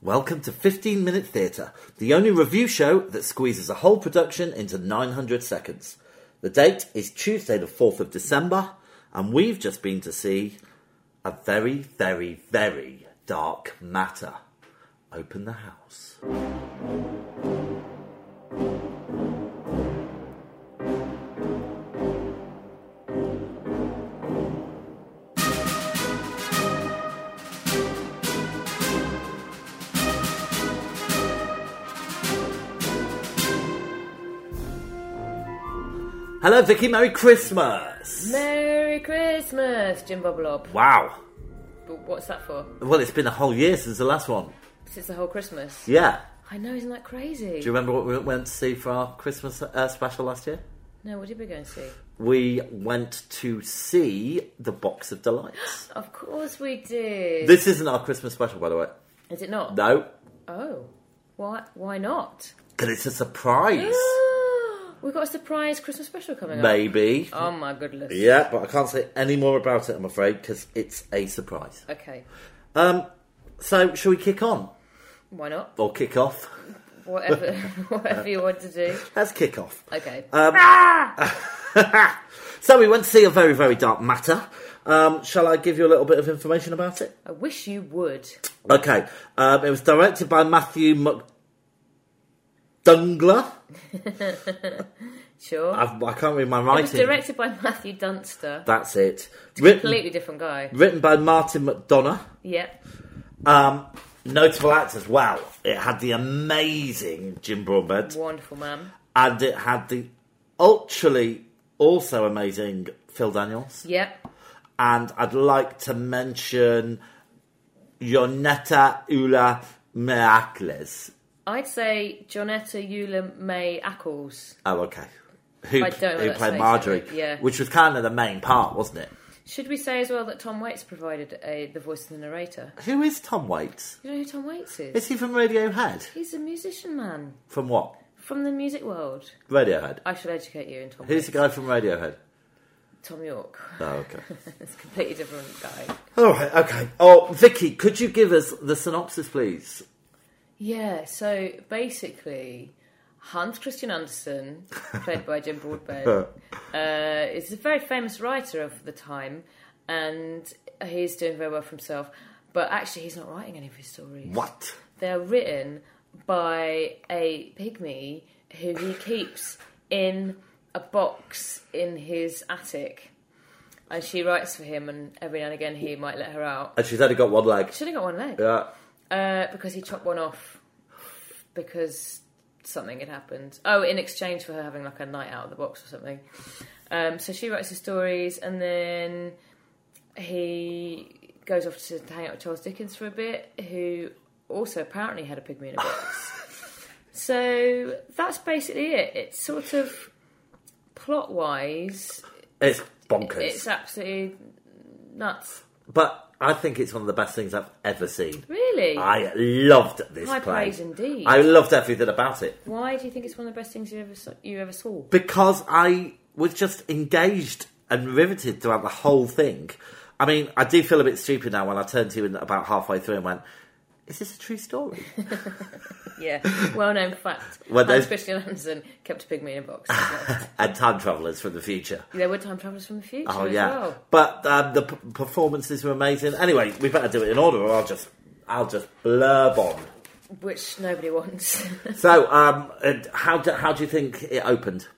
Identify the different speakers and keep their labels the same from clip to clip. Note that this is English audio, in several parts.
Speaker 1: Welcome to 15 Minute Theatre, the only review show that squeezes a whole production into 900 seconds. The date is Tuesday, the 4th of December, and we've just been to see a very, very, very dark matter. Open the house. Hello, Vicky. Merry Christmas.
Speaker 2: Merry Christmas, Jimbo Blob.
Speaker 1: Wow.
Speaker 2: But What's that for?
Speaker 1: Well, it's been a whole year since the last one.
Speaker 2: Since the whole Christmas.
Speaker 1: Yeah.
Speaker 2: I know, isn't that crazy?
Speaker 1: Do you remember what we went to see for our Christmas uh, special last year?
Speaker 2: no, what did we go and see?
Speaker 1: We went to see The Box of Delights.
Speaker 2: Of course we did.
Speaker 1: this isn't our Christmas special, by the way.
Speaker 2: Is it not?
Speaker 1: No,
Speaker 2: Oh, why? Why not?
Speaker 1: because it's a surprise.
Speaker 2: We've got a surprise Christmas special coming up.
Speaker 1: Maybe.
Speaker 2: Oh my goodness.
Speaker 1: Yeah, but I can't say any more about it, I'm afraid, because it's a surprise.
Speaker 2: Okay.
Speaker 1: Um, so, shall we kick on?
Speaker 2: Why not?
Speaker 1: Or kick off?
Speaker 2: Whatever, whatever you want to do.
Speaker 1: Let's kick off. Um,
Speaker 2: Okay.
Speaker 1: So, we went to see a very, very dark matter. Um, shall I give you a little bit of information about it?
Speaker 2: I wish you would.
Speaker 1: Okay. Um, it was directed by Matthew McDungler.
Speaker 2: Sure.
Speaker 1: I've, I can't read my
Speaker 2: it was
Speaker 1: writing.
Speaker 2: directed by Matthew Dunster.
Speaker 1: That's it. Written,
Speaker 2: Completely different guy.
Speaker 1: written by Martin McDonough.
Speaker 2: Yeah.
Speaker 1: Um, notable actors. Wow. It had the amazing Jim Broadbent.
Speaker 2: Wonderful man.
Speaker 1: And it had the ultrally also amazing Phil Daniels.
Speaker 2: Yep.
Speaker 1: And I'd like to mention Yonetta Ula Meakles.
Speaker 2: I'd say Jonetta Eula May Ackles.
Speaker 1: Oh, okay. Who,
Speaker 2: I don't know
Speaker 1: who
Speaker 2: that
Speaker 1: played
Speaker 2: space,
Speaker 1: Marjorie?
Speaker 2: but yeah.
Speaker 1: Which was kind of the main part, wasn't it?
Speaker 2: Should we say as well that Tom Waits provided a, the voice of the narrator?
Speaker 1: Who is Tom Waits?
Speaker 2: You know who Tom Waits is?
Speaker 1: Is he from Radiohead?
Speaker 2: He's a musician man
Speaker 1: From what?
Speaker 2: from the music world.
Speaker 1: Radiohead.
Speaker 2: I shall educate you in Tom
Speaker 1: Who's
Speaker 2: Waits.
Speaker 1: the guy from Radiohead?
Speaker 2: Tom York.
Speaker 1: Oh, okay.
Speaker 2: it's a completely different guy.
Speaker 1: All right, okay. Oh, Vicky, could you give us the synopsis, please?
Speaker 2: Yeah, so basically, Hans Christian Andersen, played by Jim Broadbent, uh, is a very famous writer of the time, and he's doing very well for himself. But actually, he's not writing any of his stories.
Speaker 1: What?
Speaker 2: They're written by a pygmy who he keeps in a box in his attic. And she writes for him, and every now and again he might let her out.
Speaker 1: And she's only got one leg.
Speaker 2: Should have got one leg.
Speaker 1: Yeah.
Speaker 2: Uh, because he chopped one off because something had happened. Oh, in exchange for her having like a night out of the box or something. Um, so she writes the stories, and then he goes off to hang out with Charles Dickens for a bit, who also apparently had a pygmy in a box. so that's basically it. It's sort of plot wise,
Speaker 1: It's bonkers.
Speaker 2: it's absolutely nuts.
Speaker 1: But I think it's one of the best things I've ever seen.
Speaker 2: Really?
Speaker 1: I loved this
Speaker 2: High
Speaker 1: play.
Speaker 2: praise indeed.
Speaker 1: I loved everything about it
Speaker 2: Why do you think it's one of the best things you ever saw, you ever saw?
Speaker 1: because I was just engaged and riveted throughout the whole thing. I mean, I do feel a bit stupid now when I turned to you in about halfway through and went, "Is this a true story?"
Speaker 2: Yeah, well known fact.
Speaker 1: Well,
Speaker 2: Hans
Speaker 1: there's-
Speaker 2: Christian Andersen kept a pygmy in a box.
Speaker 1: and time travelers from the future.
Speaker 2: there were time travelers from the future
Speaker 1: Oh
Speaker 2: as
Speaker 1: yeah,
Speaker 2: well.
Speaker 1: but um, the p- performances were amazing. Anyway, we better do it in order, or I'll just I'll just blurb on.
Speaker 2: which nobody wants.
Speaker 1: So, um, and how do, how do you think it opened?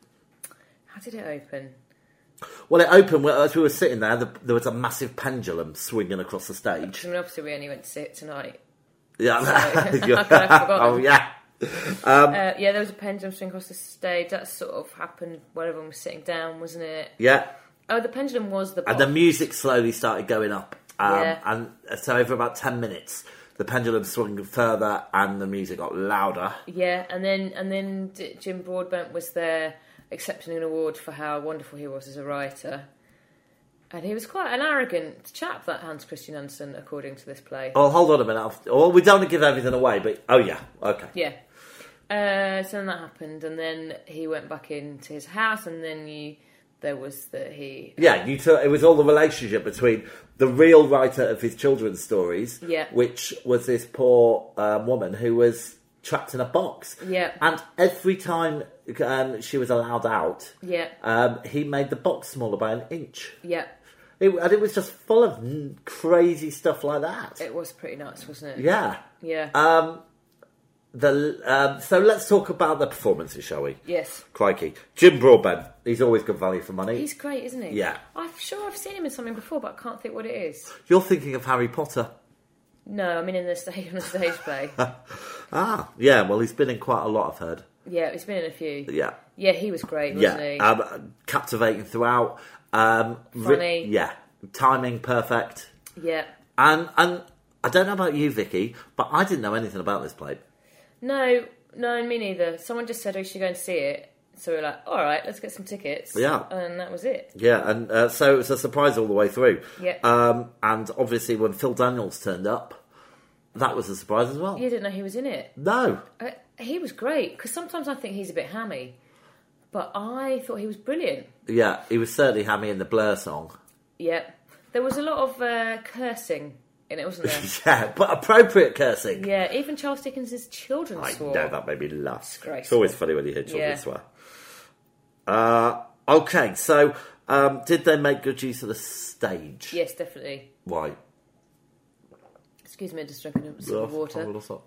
Speaker 2: How did it open?
Speaker 1: Well, it opened well, as we were sitting there. The, there was a massive pendulum swinging across the stage.
Speaker 2: I mean, obviously, we only went to see it tonight.
Speaker 1: Yeah,
Speaker 2: I've kind of forgotten.
Speaker 1: oh yeah, Um,
Speaker 2: Uh, yeah, there was a pendulum swing across the stage. That sort of happened while everyone was sitting down, wasn't it?
Speaker 1: yeah.
Speaker 2: Oh, the pendulum was the box.
Speaker 1: And the music slowly started going up, um,
Speaker 2: Yeah.
Speaker 1: and so over about ten minutes, the pendulum swung further, and the music got louder.
Speaker 2: Yeah, and then and then D- Jim Broadbent was there accepting an award for how wonderful he was as a writer. And he was quite an arrogant chap, that Hans Christian Andersen, according to this play.
Speaker 1: Oh, hold on a minute. I've- Well, we don't want to give everything away, but oh yeah, okay.
Speaker 2: Yeah. Uh, so then that happened, and then he went back into his house, and then you there was that he
Speaker 1: Yeah, you took, it was all the relationship between the real writer of his children's stories,
Speaker 2: Yeah.
Speaker 1: which was this poor um, woman who was trapped in a box.
Speaker 2: Yeah.
Speaker 1: And every time um, she was allowed out,
Speaker 2: yeah
Speaker 1: um, he made the box smaller by an inch.
Speaker 2: yeah
Speaker 1: It, and it was just full of n- crazy stuff like that.
Speaker 2: it was pretty nuts wasn't it
Speaker 1: yeah.
Speaker 2: yeah
Speaker 1: Um, the um, So let's talk about the performances, shall we?
Speaker 2: yes
Speaker 1: Crikey. Jim Broadbent, he's always good value for money.
Speaker 2: he's great isn't he
Speaker 1: Yeah.
Speaker 2: I'm sure I've seen him in something before but I can't think what it is
Speaker 1: You're thinking of Harry Potter.
Speaker 2: no I mean in the stage on the stage play
Speaker 1: Ah, yeah. Well, he's been in quite a lot. I've heard.
Speaker 2: yeah he's been in a few
Speaker 1: Yeah,
Speaker 2: yeah he was great wasn't he
Speaker 1: yeah. Um, captivating throughout. Um, ri-
Speaker 2: Funny.
Speaker 1: yeah, timing perfect.
Speaker 2: yeah
Speaker 1: And and I don't know about you, Vicky, but I didn't know anything about this play.
Speaker 2: no no me neither someone just said we should go and see it so we were like alright let's get some tickets
Speaker 1: Yeah.
Speaker 2: and that was it
Speaker 1: Yeah, and uh, so it was a surprise all the way through.
Speaker 2: Yeah.
Speaker 1: Um, and obviously when Phil Daniels turned up, that was a surprise as well.
Speaker 2: you didn't know he was in it
Speaker 1: No.
Speaker 2: Uh, he was great because sometimes I think he's a bit hammy, but I thought he was brilliant.
Speaker 1: Yeah, he was certainly hammy in the Blur song.
Speaker 2: Yep. There was a lot of uh, cursing in it, wasn't there?
Speaker 1: yeah, but appropriate cursing.
Speaker 2: yeah, even Charles Dickens's children
Speaker 1: I
Speaker 2: swore.
Speaker 1: know that made me laugh.
Speaker 2: Disgraceful.
Speaker 1: It's always funny when you hear children
Speaker 2: Yeah.
Speaker 1: swear. Uh, okay, so um, did they make good use of the stage?
Speaker 2: Yes, definitely.
Speaker 1: Why?
Speaker 2: Excuse me, I just drinking a sip of water.
Speaker 1: Oh,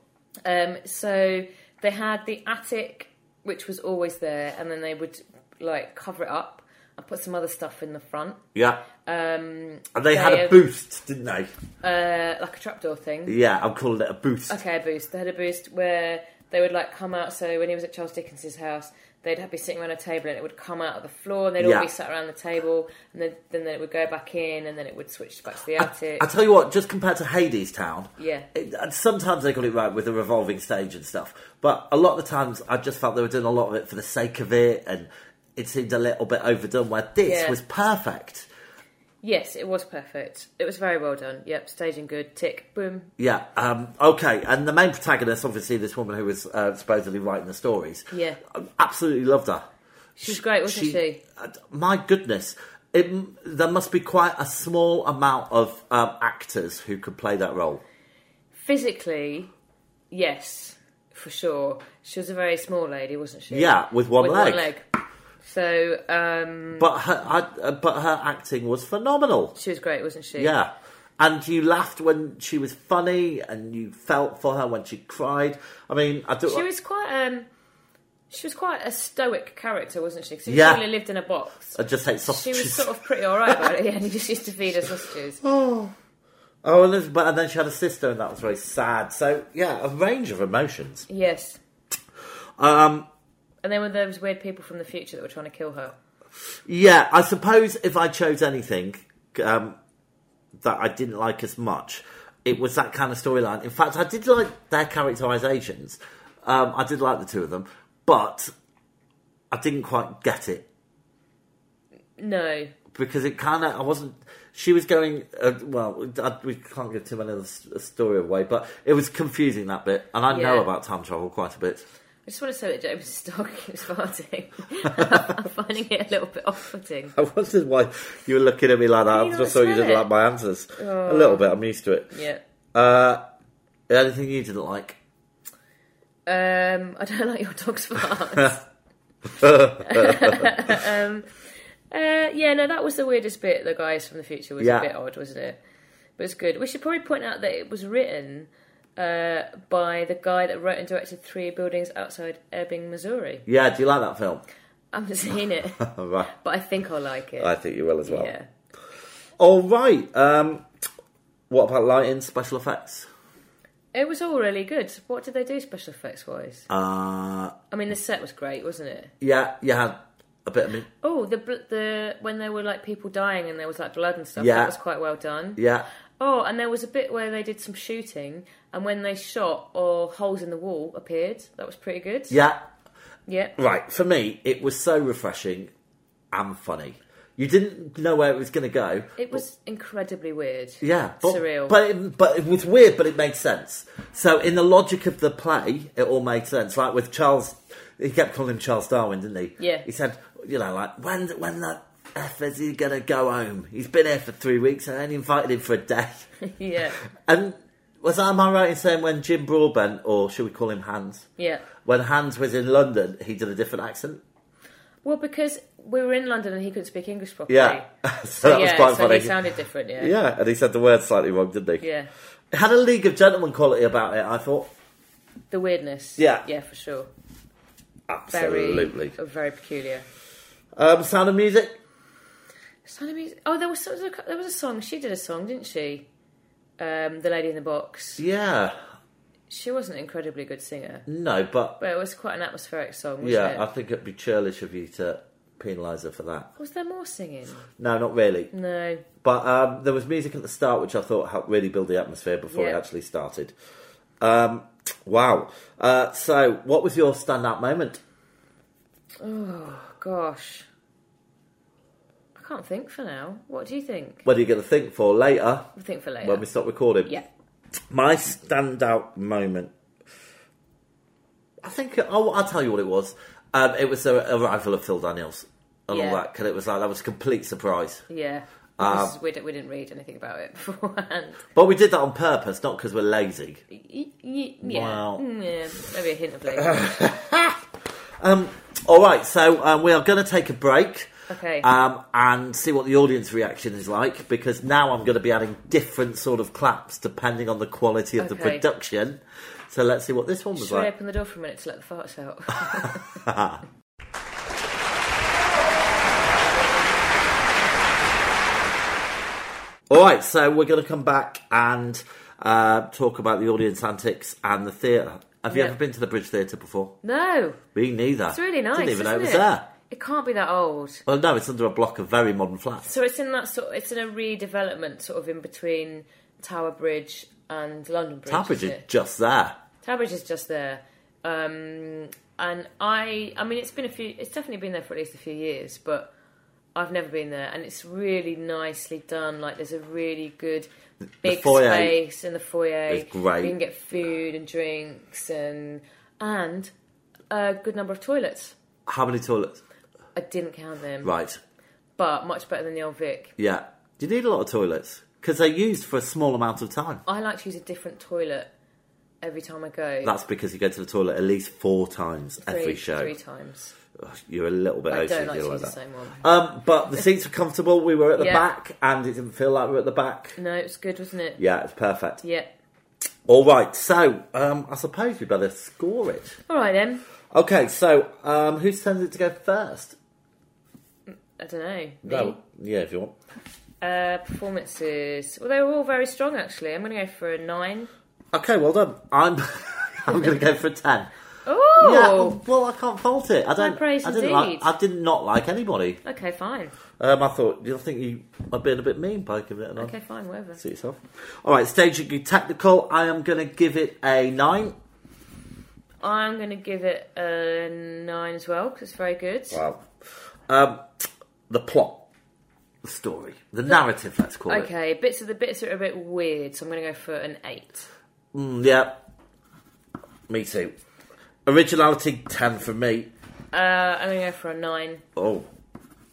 Speaker 2: Um, so they had the attic, which was always there, and then they would like cover it up and put some other stuff in the front,
Speaker 1: Yeah,
Speaker 2: um,
Speaker 1: and they, had
Speaker 2: They,
Speaker 1: a
Speaker 2: um,
Speaker 1: boost, didn't they?
Speaker 2: uh, like a trapdoor thing.
Speaker 1: Yeah, I'm calling it a boost.
Speaker 2: Okay, a boost. They had a boost where they would like come out. So when he was at Charles Dickens's house, they'd have, be sitting around a table and it would come out of the floor and they'd
Speaker 1: Yeah.
Speaker 2: all be sat around the table and then, then it would go back in and then it would switch back to the
Speaker 1: I,
Speaker 2: attic.
Speaker 1: I tell you what, just compared to Hades Town,
Speaker 2: Yeah.
Speaker 1: it, and sometimes they got it right with the revolving stage and stuff, but a lot of the times I just felt they were doing a lot of it for the sake of it, and it seemed a little bit overdone. Where this
Speaker 2: Yeah.
Speaker 1: was perfect.
Speaker 2: yes, it was perfect. It was very well done. Yep, staging good. Tick, boom.
Speaker 1: Yeah. Um, okay. And the main protagonist, obviously, this woman who was uh, supposedly writing the stories.
Speaker 2: Yeah.
Speaker 1: I absolutely loved her.
Speaker 2: She was great, wasn't she?
Speaker 1: uh, my goodness. It, m- there must be quite a small amount of um, actors who could play that role.
Speaker 2: Physically, yes, for sure. She was a very small lady, wasn't she?
Speaker 1: Yeah, with one
Speaker 2: With
Speaker 1: leg.
Speaker 2: one leg. So um,
Speaker 1: But her, I, uh, but her acting was phenomenal.
Speaker 2: she was great, wasn't she?
Speaker 1: Yeah. And you laughed when she was funny, and you felt for her when she cried. I mean, I do.
Speaker 2: She was quite um, she was quite a stoic character, wasn't she? Because she
Speaker 1: Yeah. Oh,
Speaker 2: only lived in a box.
Speaker 1: I just hate sausages.
Speaker 2: She was sort of pretty alright about it, yeah, and he just used to feed her sausages.
Speaker 1: Oh, and, there's- but, and then she had a sister, and that was very sad. So, yeah, a range of emotions.
Speaker 2: Yes.
Speaker 1: Um,
Speaker 2: And then were those weird people from the future that were trying to kill her.
Speaker 1: yeah, I suppose if I chose anything um, that I didn't like as much, it was that kind of storyline. In fact, I did like their characterizations. Um, I did like the two of them, but I didn't quite get it
Speaker 2: No.
Speaker 1: because it kind of I wasn't. She was going uh, well. I, we can't give too much of the s- story away, but it was confusing that bit, and I know
Speaker 2: Yeah.
Speaker 1: about time travel quite a bit.
Speaker 2: I just want to say that James is dog keeps farting. I'm finding it a little bit off putting.
Speaker 1: I wondered why you were looking at me like that.
Speaker 2: you
Speaker 1: I
Speaker 2: not
Speaker 1: just thought you
Speaker 2: smell
Speaker 1: didn't
Speaker 2: it? Oh.
Speaker 1: like my answers. A little bit. I'm used to it.
Speaker 2: Yeah.
Speaker 1: Uh, anything you didn't like?
Speaker 2: Um, I don't like your dog's farts. um, uh, yeah, no, that was the weirdest bit. The guys from the future was
Speaker 1: Yeah.
Speaker 2: a bit odd, wasn't it? But it's good. We should probably point out that it was written uh, by the guy that wrote and directed Three Buildings Outside Ebbing, Missouri.
Speaker 1: Yeah. Do you like that film?
Speaker 2: I haven't seen it,
Speaker 1: right.
Speaker 2: but I think I'll like it.
Speaker 1: I think you will as well.
Speaker 2: Yeah.
Speaker 1: All right. Um, what about lighting, special effects?
Speaker 2: It was all really good. What did they do special effects wise?
Speaker 1: Uh,
Speaker 2: I mean, the set was great, wasn't it?
Speaker 1: yeah. You had a bit of me.
Speaker 2: Oh, the bl- the when there were like people dying and there was like blood and stuff.
Speaker 1: Yeah.
Speaker 2: That was quite well done.
Speaker 1: Yeah.
Speaker 2: Oh, and there was a bit where they did some shooting, and when they shot, or holes in the wall appeared. That was pretty good.
Speaker 1: Yeah.
Speaker 2: Yeah.
Speaker 1: Right. For me, it was so refreshing and funny. You didn't know where it was going to go.
Speaker 2: It was incredibly weird.
Speaker 1: Yeah, but,
Speaker 2: Surreal.
Speaker 1: But it, but it was weird, but it made sense. So in the logic of the play, it all made sense. Like with Charles, he kept calling him Charles Darwin, didn't he?
Speaker 2: Yeah.
Speaker 1: He said, you know, like when when that F is he gonna go home? He's been here for three weeks and I only invited him for a day.
Speaker 2: yeah,
Speaker 1: And was am I right in saying when Jim Broadbent, or should we call him Hans?
Speaker 2: yeah.
Speaker 1: When Hans was in London, he did a different accent.
Speaker 2: Well, because we were in London and he couldn't speak English properly.
Speaker 1: Yeah, so, that was
Speaker 2: yeah,
Speaker 1: quite
Speaker 2: so
Speaker 1: funny.
Speaker 2: he sounded different. Yeah. yeah,
Speaker 1: yeah, and he said the word slightly wrong, didn't he? It had a League of Gentlemen quality about it. I thought
Speaker 2: The weirdness.
Speaker 1: Yeah.
Speaker 2: yeah, for sure. Very,
Speaker 1: absolutely.
Speaker 2: uh, very peculiar.
Speaker 1: Um, Sound of Music.
Speaker 2: Sound of Music. Oh, there was there was a, there was a song. She did a song, didn't she? Um, the Lady in the Box.
Speaker 1: Yeah,
Speaker 2: She wasn't an incredibly good singer,
Speaker 1: no, but
Speaker 2: but it was quite an atmospheric song. Wasn't
Speaker 1: yeah,
Speaker 2: it?
Speaker 1: I think it'd be churlish of you to penalise her for that.
Speaker 2: was there more singing?
Speaker 1: No, not really.
Speaker 2: No.
Speaker 1: But um, there was music at the start, which I thought helped really build the atmosphere before it
Speaker 2: Yeah.
Speaker 1: actually started. Um, wow. Uh, so, what was your standout moment?
Speaker 2: Oh gosh. I can't think for now. What do you think?
Speaker 1: What are you going to think for later
Speaker 2: We'll think for later.
Speaker 1: when we stop recording?
Speaker 2: yeah.
Speaker 1: My standout moment. I think I'll, I'll tell you what it was. Um, it was the arrival of Phil Daniels and all
Speaker 2: Yeah.
Speaker 1: that, because it was like that was a complete surprise.
Speaker 2: Yeah.
Speaker 1: Um,
Speaker 2: Because we, didn't, we didn't read anything about it beforehand.
Speaker 1: But we did that on purpose, not because we're lazy.
Speaker 2: Y- y- yeah.
Speaker 1: Wow.
Speaker 2: Mm, yeah. Maybe a hint of later.
Speaker 1: Um, all right, so um, we are going to take a break.
Speaker 2: Okay.
Speaker 1: um, and see what the audience reaction is like because now I'm going to be adding different sort of claps depending on the quality of the
Speaker 2: Okay.
Speaker 1: production. So let's see what this one was
Speaker 2: Should we
Speaker 1: like.
Speaker 2: open the door for a minute to let the farts out?
Speaker 1: All right, so we're going to come back and uh, talk about the audience antics and the theatre. Have you
Speaker 2: Yeah.
Speaker 1: ever been to the Bridge Theatre before?
Speaker 2: no.
Speaker 1: Me neither.
Speaker 2: It's really nice.
Speaker 1: Didn't even know it
Speaker 2: isn't
Speaker 1: was
Speaker 2: it?
Speaker 1: there.
Speaker 2: It can't be that old.
Speaker 1: Well, no, it's under a block of very modern flats.
Speaker 2: So it's in that sort. It's in a redevelopment, sort of in between Tower Bridge and London Bridge.
Speaker 1: Tower Bridge
Speaker 2: isn't
Speaker 1: is
Speaker 2: it?
Speaker 1: just there.
Speaker 2: Tower Bridge is just there, um, and I. I mean, it's been a few. It's definitely been there for at least a few years, but I've never been there, and it's really nicely done. Like there's a really good big
Speaker 1: foyer
Speaker 2: space in the foyer.
Speaker 1: is great.
Speaker 2: You can get food and drinks and and a good number of toilets.
Speaker 1: How many toilets?
Speaker 2: I didn't count them,
Speaker 1: Right.
Speaker 2: but much better than the old Vic.
Speaker 1: Yeah. Do you need a lot of toilets? Because they're used for a small amount of time.
Speaker 2: I like to use a different toilet every time I go.
Speaker 1: That's because you go to the toilet at least four times every show.
Speaker 2: Three times.
Speaker 1: Ugh, You're a little bit
Speaker 2: I
Speaker 1: OCD
Speaker 2: don't like to
Speaker 1: like
Speaker 2: use the
Speaker 1: that.
Speaker 2: same one.
Speaker 1: Um, but the seats were comfortable. We were at the
Speaker 2: Yeah.
Speaker 1: back, and it didn't feel like we were at the back.
Speaker 2: No, it was good, wasn't it?
Speaker 1: Yeah, it's perfect.
Speaker 2: Yeah.
Speaker 1: All right, so um, I suppose we better score it.
Speaker 2: All right then.
Speaker 1: Okay, so um, who sends it to go first? Mm,
Speaker 2: I don't know. Me?
Speaker 1: yeah, if you want.
Speaker 2: Uh, performances. Well, they were all very strong actually. I'm going to go for a nine.
Speaker 1: Okay, well done. I'm I'm going to go for a ten.
Speaker 2: Oh.
Speaker 1: Yeah, well, I can't fault it. I don't.
Speaker 2: praise
Speaker 1: I didn't
Speaker 2: indeed.
Speaker 1: like. I did not like anybody.
Speaker 2: Okay, fine.
Speaker 1: Um, I thought. You think you are being a bit mean by giving it a nine?
Speaker 2: Okay, fine. Whatever.
Speaker 1: Suit yourself. All right, staging you technical. I am going to give it a nine.
Speaker 2: I'm going to give it a nine as well because it's very good.
Speaker 1: Wow. Um, the plot, the story, the narrative. Let's call it.
Speaker 2: Okay, bits of the bits are a bit weird, so I'm going to go for an eight.
Speaker 1: Mm, yeah. Me too. Originality ten for me.
Speaker 2: Uh, I'm going to go for a nine.
Speaker 1: Oh,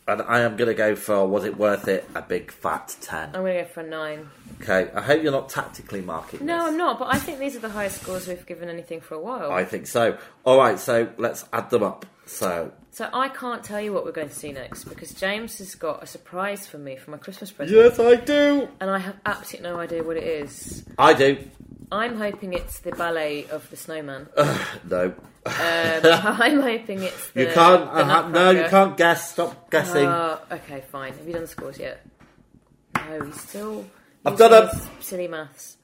Speaker 1: and I am going to go for was it worth it? A big fat ten.
Speaker 2: I'm going to go for a nine.
Speaker 1: Okay. I hope you're not tactically marking.
Speaker 2: No,
Speaker 1: this.
Speaker 2: I'm not, but I think these are the highest scores we've given anything for a while.
Speaker 1: I think so. All right. So let's add them up. So
Speaker 2: So I can't tell you what we're going to see next because James has got a surprise for me for my Christmas present,
Speaker 1: yes, I do.
Speaker 2: and I have absolutely no idea what it is.
Speaker 1: I do.
Speaker 2: I'm hoping it's the ballet of the snowman.
Speaker 1: No.
Speaker 2: Um, I'm hoping it's the
Speaker 1: You can't. I
Speaker 2: the
Speaker 1: ha- no, you
Speaker 2: Nutcracker.
Speaker 1: can't guess. Stop guessing.
Speaker 2: Oh, okay, fine. Have you done the scores yet? No, he's still.
Speaker 1: I've
Speaker 2: using
Speaker 1: done 'em.
Speaker 2: his Silly maths.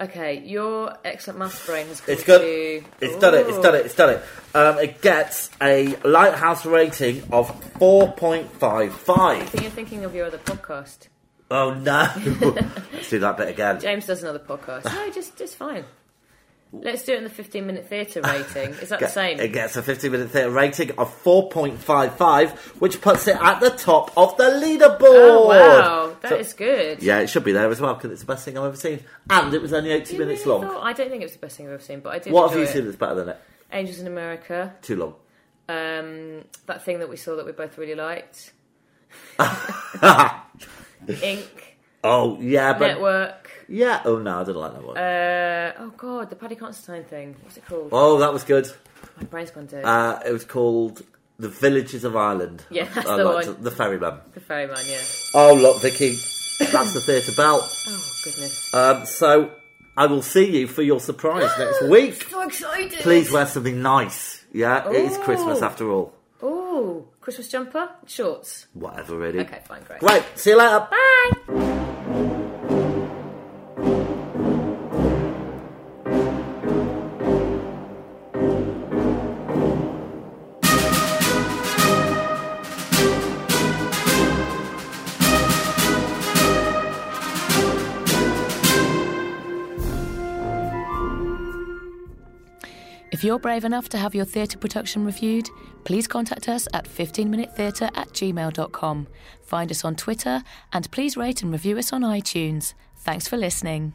Speaker 2: okay, your excellent maths brain has.
Speaker 1: It's
Speaker 2: gone
Speaker 1: good.
Speaker 2: to-
Speaker 1: it's done it. It's
Speaker 2: Ooh.
Speaker 1: done it. It's done it. Um, it gets a lighthouse rating of four point five
Speaker 2: I
Speaker 1: five.
Speaker 2: think you're thinking of your other podcast.
Speaker 1: Oh no! Let's do that bit again.
Speaker 2: James does another podcast. No, just just fine. Let's do it in the fifteen minute theatre rating. Is that the
Speaker 1: Get- It
Speaker 2: same?
Speaker 1: gets a 50 minute theatre rating of 4.55, which puts it at the top of the leaderboard.
Speaker 2: Oh wow, that is
Speaker 1: So-
Speaker 2: good.
Speaker 1: Yeah, it should be there as well because it's the best thing I've ever seen. And it was only 80
Speaker 2: You
Speaker 1: minutes
Speaker 2: really
Speaker 1: long.
Speaker 2: thought- I don't think it was the best thing I've ever seen, but I did.
Speaker 1: What have you
Speaker 2: enjoy it.
Speaker 1: seen that's better than it?
Speaker 2: Angels in America.
Speaker 1: Too long.
Speaker 2: Um, that thing that we saw that we both really liked. Inc.
Speaker 1: Oh yeah, but
Speaker 2: Network.
Speaker 1: yeah. Oh no, I didn't like that one.
Speaker 2: Uh, oh god, the Paddy Constantine thing. What's it called?
Speaker 1: oh, that was good.
Speaker 2: My brain's gone dead.
Speaker 1: Uh, it was called The Villages of Ireland.
Speaker 2: Yeah, that's
Speaker 1: I
Speaker 2: the
Speaker 1: liked
Speaker 2: one.
Speaker 1: it. The Ferryman.
Speaker 2: the ferryman, yeah.
Speaker 1: Oh look, Vicky, that's the theatre bell.
Speaker 2: Oh goodness.
Speaker 1: Um, so I will see you for your surprise next week.
Speaker 2: So excited.
Speaker 1: Please wear something nice. Yeah, it is
Speaker 2: Ooh.
Speaker 1: Christmas after all.
Speaker 2: Oh, Christmas jumper, shorts.
Speaker 1: Whatever, really.
Speaker 2: Okay, fine, great.
Speaker 1: Great. See you later.
Speaker 2: Bye.
Speaker 3: If you're brave enough to have your theatre production reviewed, please contact us at 15minutetheatre at gmail.com. Find us on Twitter and please rate and review us on iTunes. Thanks for listening.